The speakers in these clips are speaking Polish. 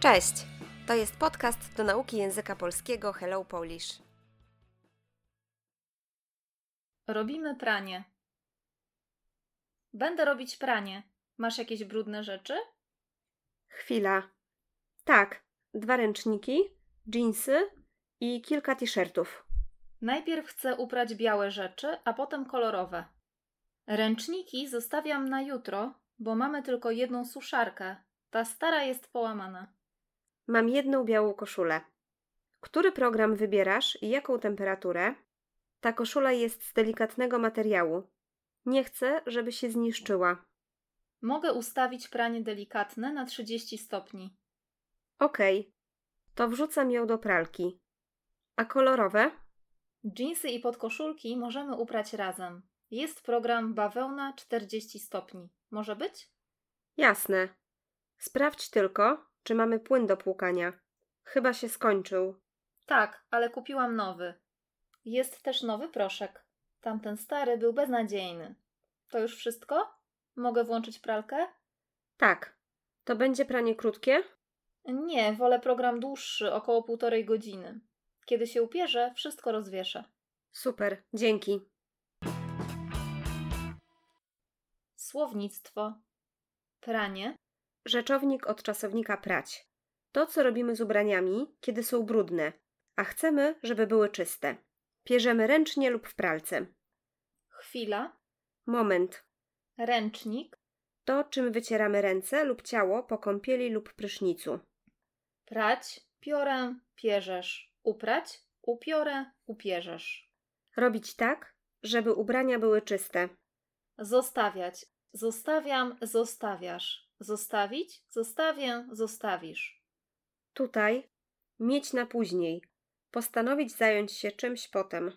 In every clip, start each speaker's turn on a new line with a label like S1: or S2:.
S1: Cześć! To jest podcast do nauki języka polskiego Hello Polish.
S2: Robimy pranie. Będę robić pranie. Masz jakieś brudne rzeczy?
S1: Chwila. Tak, dwa ręczniki, dżinsy i kilka t-shirtów.
S2: Najpierw chcę uprać białe rzeczy, a potem kolorowe. Ręczniki zostawiam na jutro, bo mamy tylko jedną suszarkę. Ta stara jest połamana.
S1: Mam jedną białą koszulę. Który program wybierasz i jaką temperaturę? Ta koszula jest z delikatnego materiału. Nie chcę, żeby się zniszczyła.
S2: Mogę ustawić pranie delikatne na 30 stopni.
S1: Okej, to wrzucam ją do pralki. A kolorowe?
S2: Dżinsy i podkoszulki możemy uprać razem. Jest program bawełna 40 stopni. Może być?
S1: Jasne. Sprawdź tylko, czy mamy płyn do płukania. Chyba się skończył.
S2: Tak, ale kupiłam nowy. Jest też nowy proszek. Tamten stary był beznadziejny. To już wszystko? Mogę włączyć pralkę?
S1: Tak. To będzie pranie krótkie?
S2: Nie, wolę program dłuższy, około półtorej godziny. Kiedy się upierze, wszystko rozwieszę.
S1: Super, dzięki.
S2: Słownictwo. Pranie.
S1: Rzeczownik od czasownika prać. To, co robimy z ubraniami, kiedy są brudne, a chcemy, żeby były czyste. Pierzemy ręcznie lub w pralce.
S2: Chwila.
S1: Moment.
S2: Ręcznik.
S1: To, czym wycieramy ręce lub ciało po kąpieli lub prysznicu.
S2: Prać. Piorę. Pierzesz. Uprać. Upiorę. Upierzesz.
S1: Robić tak, żeby ubrania były czyste.
S2: Zostawiać. Zostawiam, zostawiasz. Zostawić, zostawię, zostawisz.
S1: Tutaj mieć na później. Postanowić zająć się czymś potem.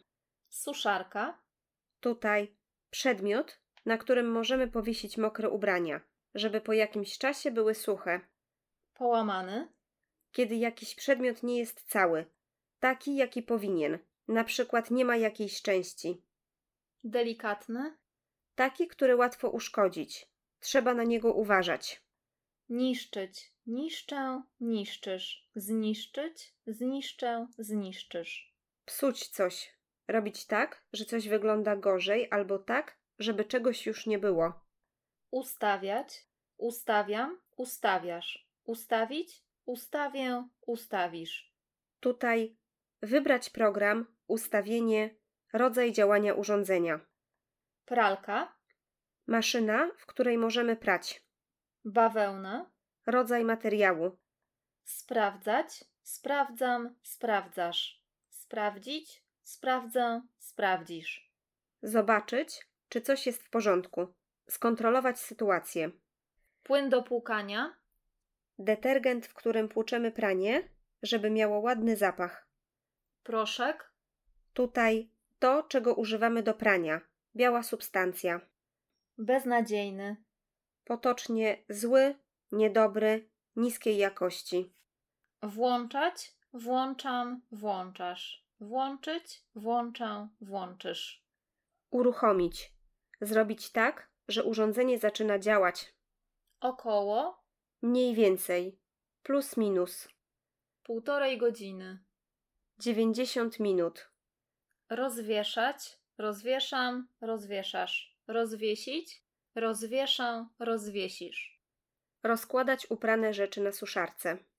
S2: Suszarka.
S1: Tutaj przedmiot, na którym możemy powiesić mokre ubrania, żeby po jakimś czasie były suche.
S2: Połamany.
S1: Kiedy jakiś przedmiot nie jest cały, taki jaki powinien, na przykład nie ma jakiejś części,
S2: Delikatny.
S1: taki, który łatwo uszkodzić. Trzeba na niego uważać.
S2: Niszczyć. Niszczę, niszczysz. Zniszczyć, zniszczę, zniszczysz.
S1: Psuć coś. Robić tak, że coś wygląda gorzej, albo tak, żeby czegoś już nie było.
S2: Ustawiać. Ustawiam, ustawiasz. Ustawić, ustawię, ustawisz.
S1: Tutaj wybrać program, ustawienie, rodzaj działania urządzenia.
S2: Pralka.
S1: Maszyna, w której możemy prać.
S2: Bawełna.
S1: Rodzaj materiału.
S2: Sprawdzać, sprawdzam, sprawdzasz. Sprawdzić, sprawdzę, sprawdzisz.
S1: Zobaczyć, czy coś jest w porządku. Skontrolować sytuację.
S2: Płyn do płukania.
S1: Detergent, w którym płuczemy pranie, żeby miało ładny zapach.
S2: Proszek.
S1: Tutaj to, czego używamy do prania. Biała substancja.
S2: Beznadziejny.
S1: Potocznie zły, niedobry, niskiej jakości.
S2: Włączać, włączam, włączasz. Włączyć, włączę, włączysz.
S1: Uruchomić. Zrobić tak, że urządzenie zaczyna działać.
S2: Około
S1: Mniej więcej. Plus minus.
S2: półtorej godziny.
S1: 90 minut.
S2: Rozwieszać, rozwieszam, rozwieszasz. Rozwiesić, rozwieszę, rozwiesisz.
S1: Rozkładać uprane rzeczy na suszarce.